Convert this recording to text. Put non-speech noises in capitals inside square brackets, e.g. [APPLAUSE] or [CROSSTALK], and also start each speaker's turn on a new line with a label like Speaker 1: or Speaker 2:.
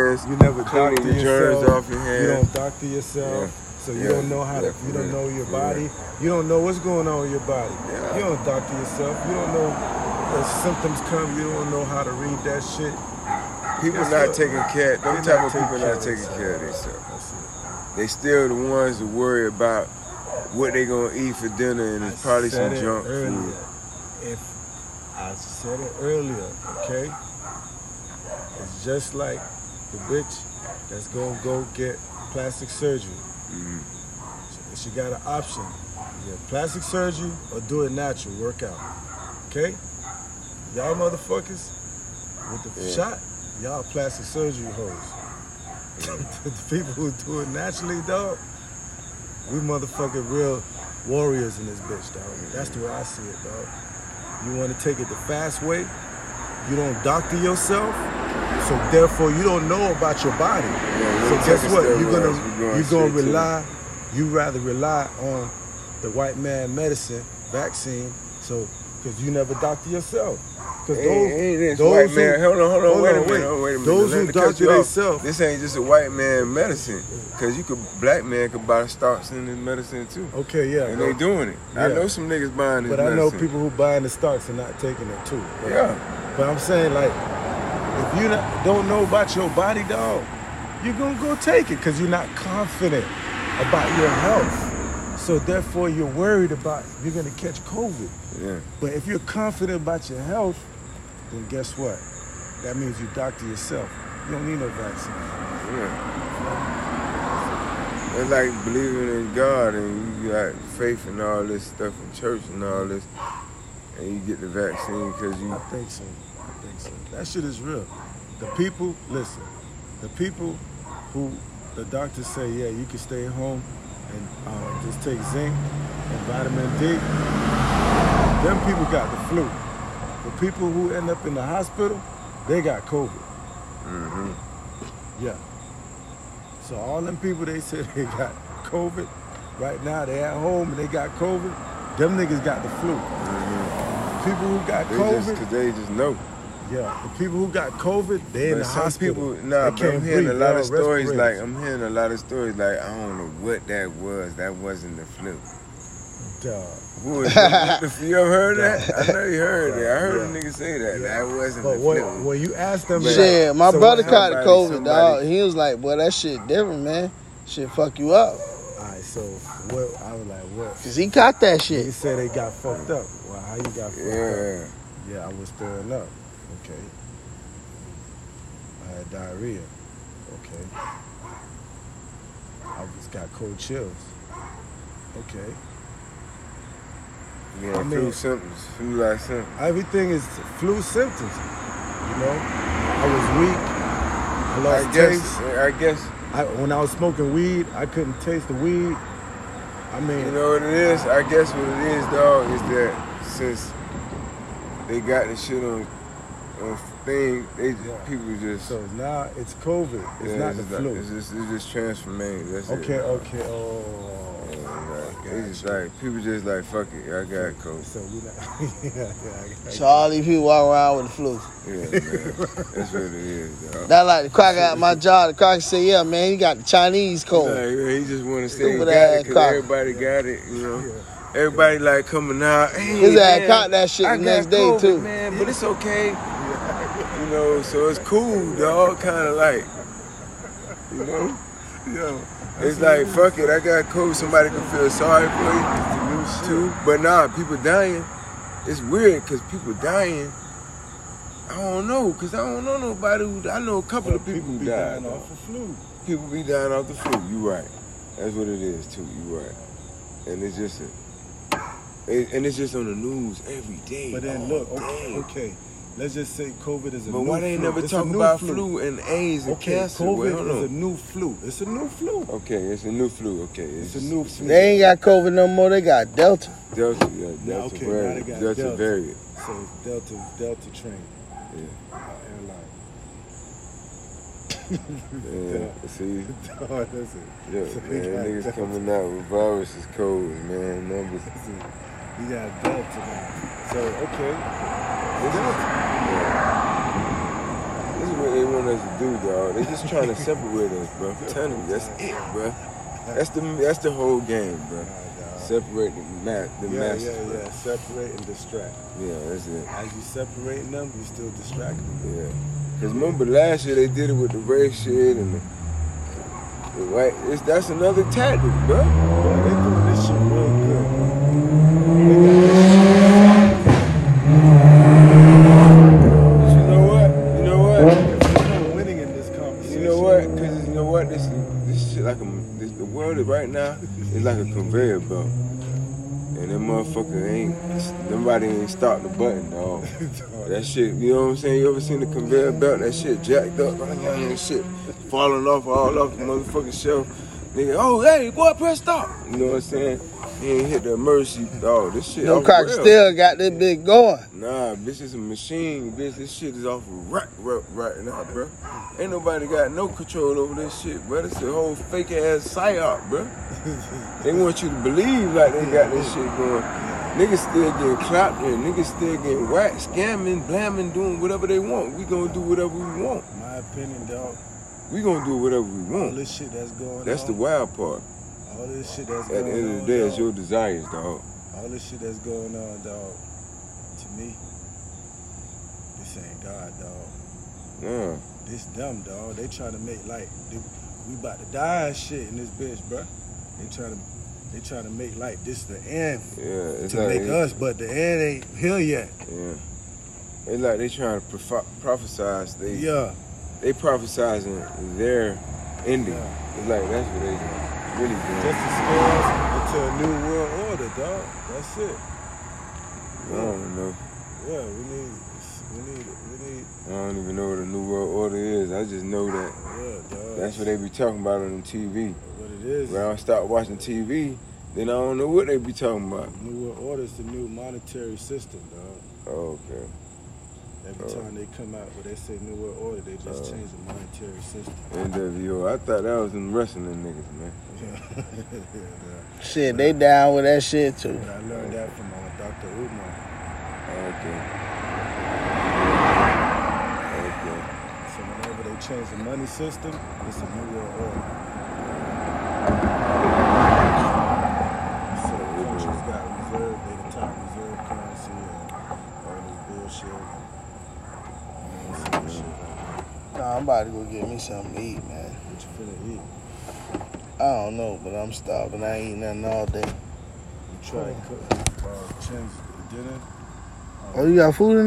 Speaker 1: hands.
Speaker 2: You never
Speaker 1: Cleaning
Speaker 2: doctor
Speaker 1: the germs
Speaker 2: yourself.
Speaker 1: off your
Speaker 2: You
Speaker 1: hands.
Speaker 2: don't doctor yourself. So you
Speaker 1: Yeah.
Speaker 2: don't know how to,
Speaker 1: Yeah.
Speaker 2: you don't know your
Speaker 1: Yeah.
Speaker 2: body. You don't know what's going on in your body.
Speaker 1: Yeah.
Speaker 2: You don't doctor yourself. You don't know the symptoms come. You don't know how to read that shit.
Speaker 1: People
Speaker 2: Guess
Speaker 1: not
Speaker 2: what?
Speaker 1: taking care. Them
Speaker 2: They
Speaker 1: type
Speaker 2: not
Speaker 1: of
Speaker 2: taking
Speaker 1: people
Speaker 2: care
Speaker 1: not
Speaker 2: of
Speaker 1: taking care of
Speaker 2: themselves.
Speaker 1: themselves.
Speaker 2: That's it.
Speaker 1: They still the ones that worry about what they gonna eat for dinner, and it's probably
Speaker 2: said
Speaker 1: some
Speaker 2: it
Speaker 1: junk
Speaker 2: earlier.
Speaker 1: food.
Speaker 2: If I said it earlier, okay? It's just like the bitch that's gonna go get plastic surgery. She, she got an option: either plastic surgery or do it natural, work out. Okay? Y'all motherfuckers with the
Speaker 1: Yeah.
Speaker 2: shot, y'all plastic surgery hoes. [LAUGHS] the people who do it naturally, dog, we motherfucking real warriors in this bitch, dog. That's the way I see it, dog. You want to take it the fast way. You don't doctor yourself, so therefore you don't know about your body.
Speaker 1: we
Speaker 2: so
Speaker 1: don't
Speaker 2: guess
Speaker 1: take
Speaker 2: what?
Speaker 1: steroids.
Speaker 2: You're gonna
Speaker 1: We're going
Speaker 2: you're gonna
Speaker 1: straight to-
Speaker 2: rely. You rather rely on the white man medicine vaccine. So because you never doctor yourself. Because
Speaker 1: Ain't- ain't this white man? Hold on, hold on, wait a minute, hold on, wait a minute.
Speaker 2: Those
Speaker 1: Let
Speaker 2: who
Speaker 1: me cut
Speaker 2: doctor
Speaker 1: you off.
Speaker 2: themselves,
Speaker 1: This ain't just a white man medicine, cause you could black man could buy stocks in this medicine too,
Speaker 2: okay, yeah.
Speaker 1: and
Speaker 2: bro.
Speaker 1: they doing it. I
Speaker 2: Yeah.
Speaker 1: know some niggas buying this
Speaker 2: But I
Speaker 1: medicine.
Speaker 2: know people who buying the stocks and not taking it too. But-
Speaker 1: Yeah,
Speaker 2: But I'm saying like, if you not, don't know about your body, dog, you gonna go take it because you're not confident about your health. So therefore, you're worried about you're gonna catch COVID.
Speaker 1: yeah.
Speaker 2: But if you're confident about your health, then guess what? That means you doctor yourself. You don't need no vaccine.
Speaker 1: Yeah. It's like believing in God and you got faith and all this stuff in church and all this, and you get the vaccine because
Speaker 2: I
Speaker 1: you.
Speaker 2: think so. I think so. That shit is real. The people, listen, the people who the doctors say, yeah, you can stay home and uh, just take zinc and vitamin D, them people got the flu. The people who end up in the hospital, they got COVID.
Speaker 1: mm-hmm,
Speaker 2: Yeah. So all them people they [LAUGHS] said they got COVID, right now they at home and they got COVID, them niggas got the flu. People who got
Speaker 1: mm-hmm. They
Speaker 2: COVID,
Speaker 1: just because they just know.
Speaker 2: yeah, the people who got COVID, they in
Speaker 1: But
Speaker 2: the
Speaker 1: some
Speaker 2: hospital.
Speaker 1: people, nah,
Speaker 2: they
Speaker 1: but I'm hearing a
Speaker 2: breathe.
Speaker 1: lot
Speaker 2: They
Speaker 1: of
Speaker 2: on
Speaker 1: stories like
Speaker 2: respirators.
Speaker 1: I'm hearing a lot of stories like I don't know what that was. That wasn't the flu.
Speaker 2: Dog.
Speaker 1: Who is that? you ever heard that? I know you heard it. I heard
Speaker 2: Yeah.
Speaker 1: a nigga say that.
Speaker 2: Yeah.
Speaker 1: That wasn't
Speaker 2: But
Speaker 1: the
Speaker 2: what,
Speaker 1: flu.
Speaker 2: when you ask them,
Speaker 1: Right.
Speaker 3: Shit, my
Speaker 2: so
Speaker 3: brother
Speaker 2: what
Speaker 3: caught
Speaker 2: happened-
Speaker 3: the
Speaker 1: somebody-
Speaker 3: COVID, dog.
Speaker 1: somebody-
Speaker 3: He was like, boy, that shit different, man. Shit fuck you up.
Speaker 2: All right, so what? I was like, what?
Speaker 3: Cause he caught that
Speaker 2: They
Speaker 3: shit.
Speaker 2: said they got fucked up. Well, how you got fucked up?
Speaker 1: Yeah.
Speaker 2: Yeah, I was throwing up. Okay. I had diarrhea. Okay. I was got cold chills. Okay.
Speaker 1: Yeah,
Speaker 2: I mean-
Speaker 1: flu symptoms, flu-like symptoms.
Speaker 2: Everything is flu symptoms. You know, I was weak. I lost
Speaker 1: I
Speaker 2: taste.
Speaker 1: guess, I guess,
Speaker 2: I, when I was smoking weed, I couldn't taste the weed. I mean,
Speaker 1: you know what it is? I guess what it is, dog, is that since they got the shit on, on thing, they just,
Speaker 2: Yeah.
Speaker 1: people just,
Speaker 2: so now it's COVID. It's
Speaker 1: yeah,
Speaker 2: not
Speaker 1: it's
Speaker 2: the
Speaker 1: just like-
Speaker 2: flu.
Speaker 1: It's just, it's just transforming. That's
Speaker 2: okay,
Speaker 1: it. dog.
Speaker 2: okay. Oh,
Speaker 1: Yeah, like,
Speaker 2: Gotcha.
Speaker 1: It's just like, people just like, fuck it, I
Speaker 2: [LAUGHS]
Speaker 1: got COVID.
Speaker 2: so we not. yeah, yeah, I- I-
Speaker 3: So all these people walk around with the flu.
Speaker 1: Yeah, man. That's what it is, dog.
Speaker 3: That like the croc at my job. The croc said, yeah, man, you got the Chinese cold.
Speaker 1: Like, man, he just want to say he
Speaker 3: Stupid
Speaker 1: got it
Speaker 3: ass
Speaker 1: because
Speaker 3: cock.
Speaker 1: everybody got it, you know. Everybody like coming out. Hey,
Speaker 3: His ass
Speaker 1: man,
Speaker 3: caught that shit
Speaker 1: I
Speaker 3: the
Speaker 1: got
Speaker 3: next day,
Speaker 1: COVID,
Speaker 3: too.
Speaker 1: man, but it's okay. You know, so it's cool, dog. Kind of like, you know,
Speaker 2: Yo,
Speaker 1: it's like fuck it. I got COVID. Somebody can feel sorry for you too. But nah, people dying. It's weird because people dying. I don't know because I don't know nobody. Who, I know a couple
Speaker 2: but
Speaker 1: of people, who
Speaker 2: be
Speaker 1: died.
Speaker 2: dying
Speaker 1: dog.
Speaker 2: off the flu.
Speaker 1: People be dying off the flu. You right. That's what it is too. You right. And it's just a, it, and it's just on the news every day.
Speaker 2: But then
Speaker 1: all
Speaker 2: look, okay,
Speaker 1: day.
Speaker 2: okay. Let's just say COVID is a
Speaker 1: Oh, But
Speaker 2: new
Speaker 1: why they ain't
Speaker 2: flu.
Speaker 1: never
Speaker 2: It's a
Speaker 1: talk
Speaker 2: new
Speaker 1: about flu. and AIDS and
Speaker 2: Okay,
Speaker 1: cancer?
Speaker 2: COVID
Speaker 1: Well, hold
Speaker 2: is a
Speaker 1: on.
Speaker 2: new flu. It's a new flu.
Speaker 1: okay, it's a new flu. Okay,
Speaker 2: It's a new flu.
Speaker 3: They ain't got COVID no more. They got Delta.
Speaker 1: Delta, yeah, Delta
Speaker 2: Now, okay, now
Speaker 1: variant.
Speaker 2: they got
Speaker 1: Delta,
Speaker 2: Delta. [LAUGHS]
Speaker 1: variant.
Speaker 2: So it's Delta, Delta train,
Speaker 1: Yeah.
Speaker 2: uh, airline.
Speaker 1: Yeah, see,
Speaker 2: [LAUGHS] oh, that's it.
Speaker 1: look,
Speaker 2: So
Speaker 1: man,
Speaker 2: they got
Speaker 1: niggas
Speaker 2: Delta.
Speaker 1: coming out with viruses, codes, man, numbers.
Speaker 2: See, You got Delta
Speaker 1: Oh,
Speaker 2: now. So okay,
Speaker 1: This is, yeah. this is what they want want us to do, dog. They just
Speaker 2: [LAUGHS]
Speaker 1: trying to separate us, bro. I'm telling you, that's it, bro. That's the that's the whole game, bro. Separate the ma- the
Speaker 2: yeah,
Speaker 1: masses,
Speaker 2: yeah, yeah. Separate and distract.
Speaker 1: bro. Yeah, that's it.
Speaker 2: As you separating them, you still distracting.
Speaker 1: Yeah. Cause remember last year they did it with the race shit and the, the white. It's that's another tactic, bro.
Speaker 2: Boy, they doing this shit real good. They got this
Speaker 1: But
Speaker 2: shit.
Speaker 1: you know what? You know what?
Speaker 2: 'Cause there's no winning in this conversation.
Speaker 1: You know what? Cause you know what? This this shit like a this, the world is right now is like a conveyor belt, and that motherfucker ain't nobody ain't stop the button, dog.
Speaker 2: [LAUGHS] Dog,
Speaker 1: That shit, you know what I'm saying? You ever seen the conveyor belt? That shit jacked up, and shit falling off all off the motherfucking shelf. Nigga, oh hey, boy, press stop. You know what I'm saying? He ain't hit the emergency. Oh, this shit.
Speaker 3: No
Speaker 1: off
Speaker 3: crack
Speaker 1: the rail.
Speaker 3: still got this big going.
Speaker 1: Nah, bitch, it's a machine, bitch. This shit is off a rack right, right now, bro. Ain't nobody got no control over this shit, bro. It's a whole fake ass psyop, bro.
Speaker 2: [LAUGHS]
Speaker 1: They want you to believe like they got this shit going. Niggas still getting clapped and niggas still getting whacked, scamming, blaming, doing whatever they want. We gonna do whatever we want.
Speaker 2: my opinion, dog.
Speaker 1: We gonna do whatever we
Speaker 2: All
Speaker 1: want.
Speaker 2: this shit that's going
Speaker 1: That's the
Speaker 2: on.
Speaker 1: wild part.
Speaker 2: All this shit that's
Speaker 1: At
Speaker 2: going
Speaker 1: the end of
Speaker 2: on,
Speaker 1: the day, it's
Speaker 2: dog.
Speaker 1: your desires, dog.
Speaker 2: All this shit that's going on, dog. To me, this ain't God, dog.
Speaker 1: Yeah.
Speaker 2: This dumb, dog. They trying to make like they, we about to die and shit in this bitch, bruh. They trying to they trying to make like this the end
Speaker 1: Yeah, it's
Speaker 2: to
Speaker 1: like
Speaker 2: make
Speaker 1: it-
Speaker 2: us, but the end ain't here yet.
Speaker 1: Yeah. It's like they trying to prof- prophesize. They
Speaker 2: Yeah,
Speaker 1: they prophesizing their ending. It's like that's what they really doing.
Speaker 2: just to scare us into a new world order, dog. That's it.
Speaker 1: I don't know.
Speaker 2: Yeah, we need we need we need
Speaker 1: I don't even know what a new world order is. I just know that
Speaker 2: yeah, dog.
Speaker 1: that's what they be talking about on the TV.
Speaker 2: what it is.
Speaker 1: When I start watching TV, then I don't know what they be talking about.
Speaker 2: New world order is the new monetary system, dog.
Speaker 1: Oh, okay.
Speaker 2: Every
Speaker 1: Uh,
Speaker 2: time they come out, where they say New World Order, they just change the monetary system.
Speaker 1: NWO. I thought that was them wrestling niggas, man.
Speaker 2: [LAUGHS] Yeah,
Speaker 3: Shit, they down with that shit too.
Speaker 2: I learned that from uh, Dr. Umar.
Speaker 1: Okay. Okay.
Speaker 2: So whenever they change the money system, it's a New World Order. So countries got reserve, they the top reserve currency, and all this bullshit. and, you know, some shit like that.
Speaker 3: Nah, I'm about to go get me something to eat, man.
Speaker 2: What you finna eat?
Speaker 3: I don't know, but I'm starving. I ain't eat nothing all day.
Speaker 2: You try to cook, uh, change the dinner.
Speaker 3: Oh, you got food in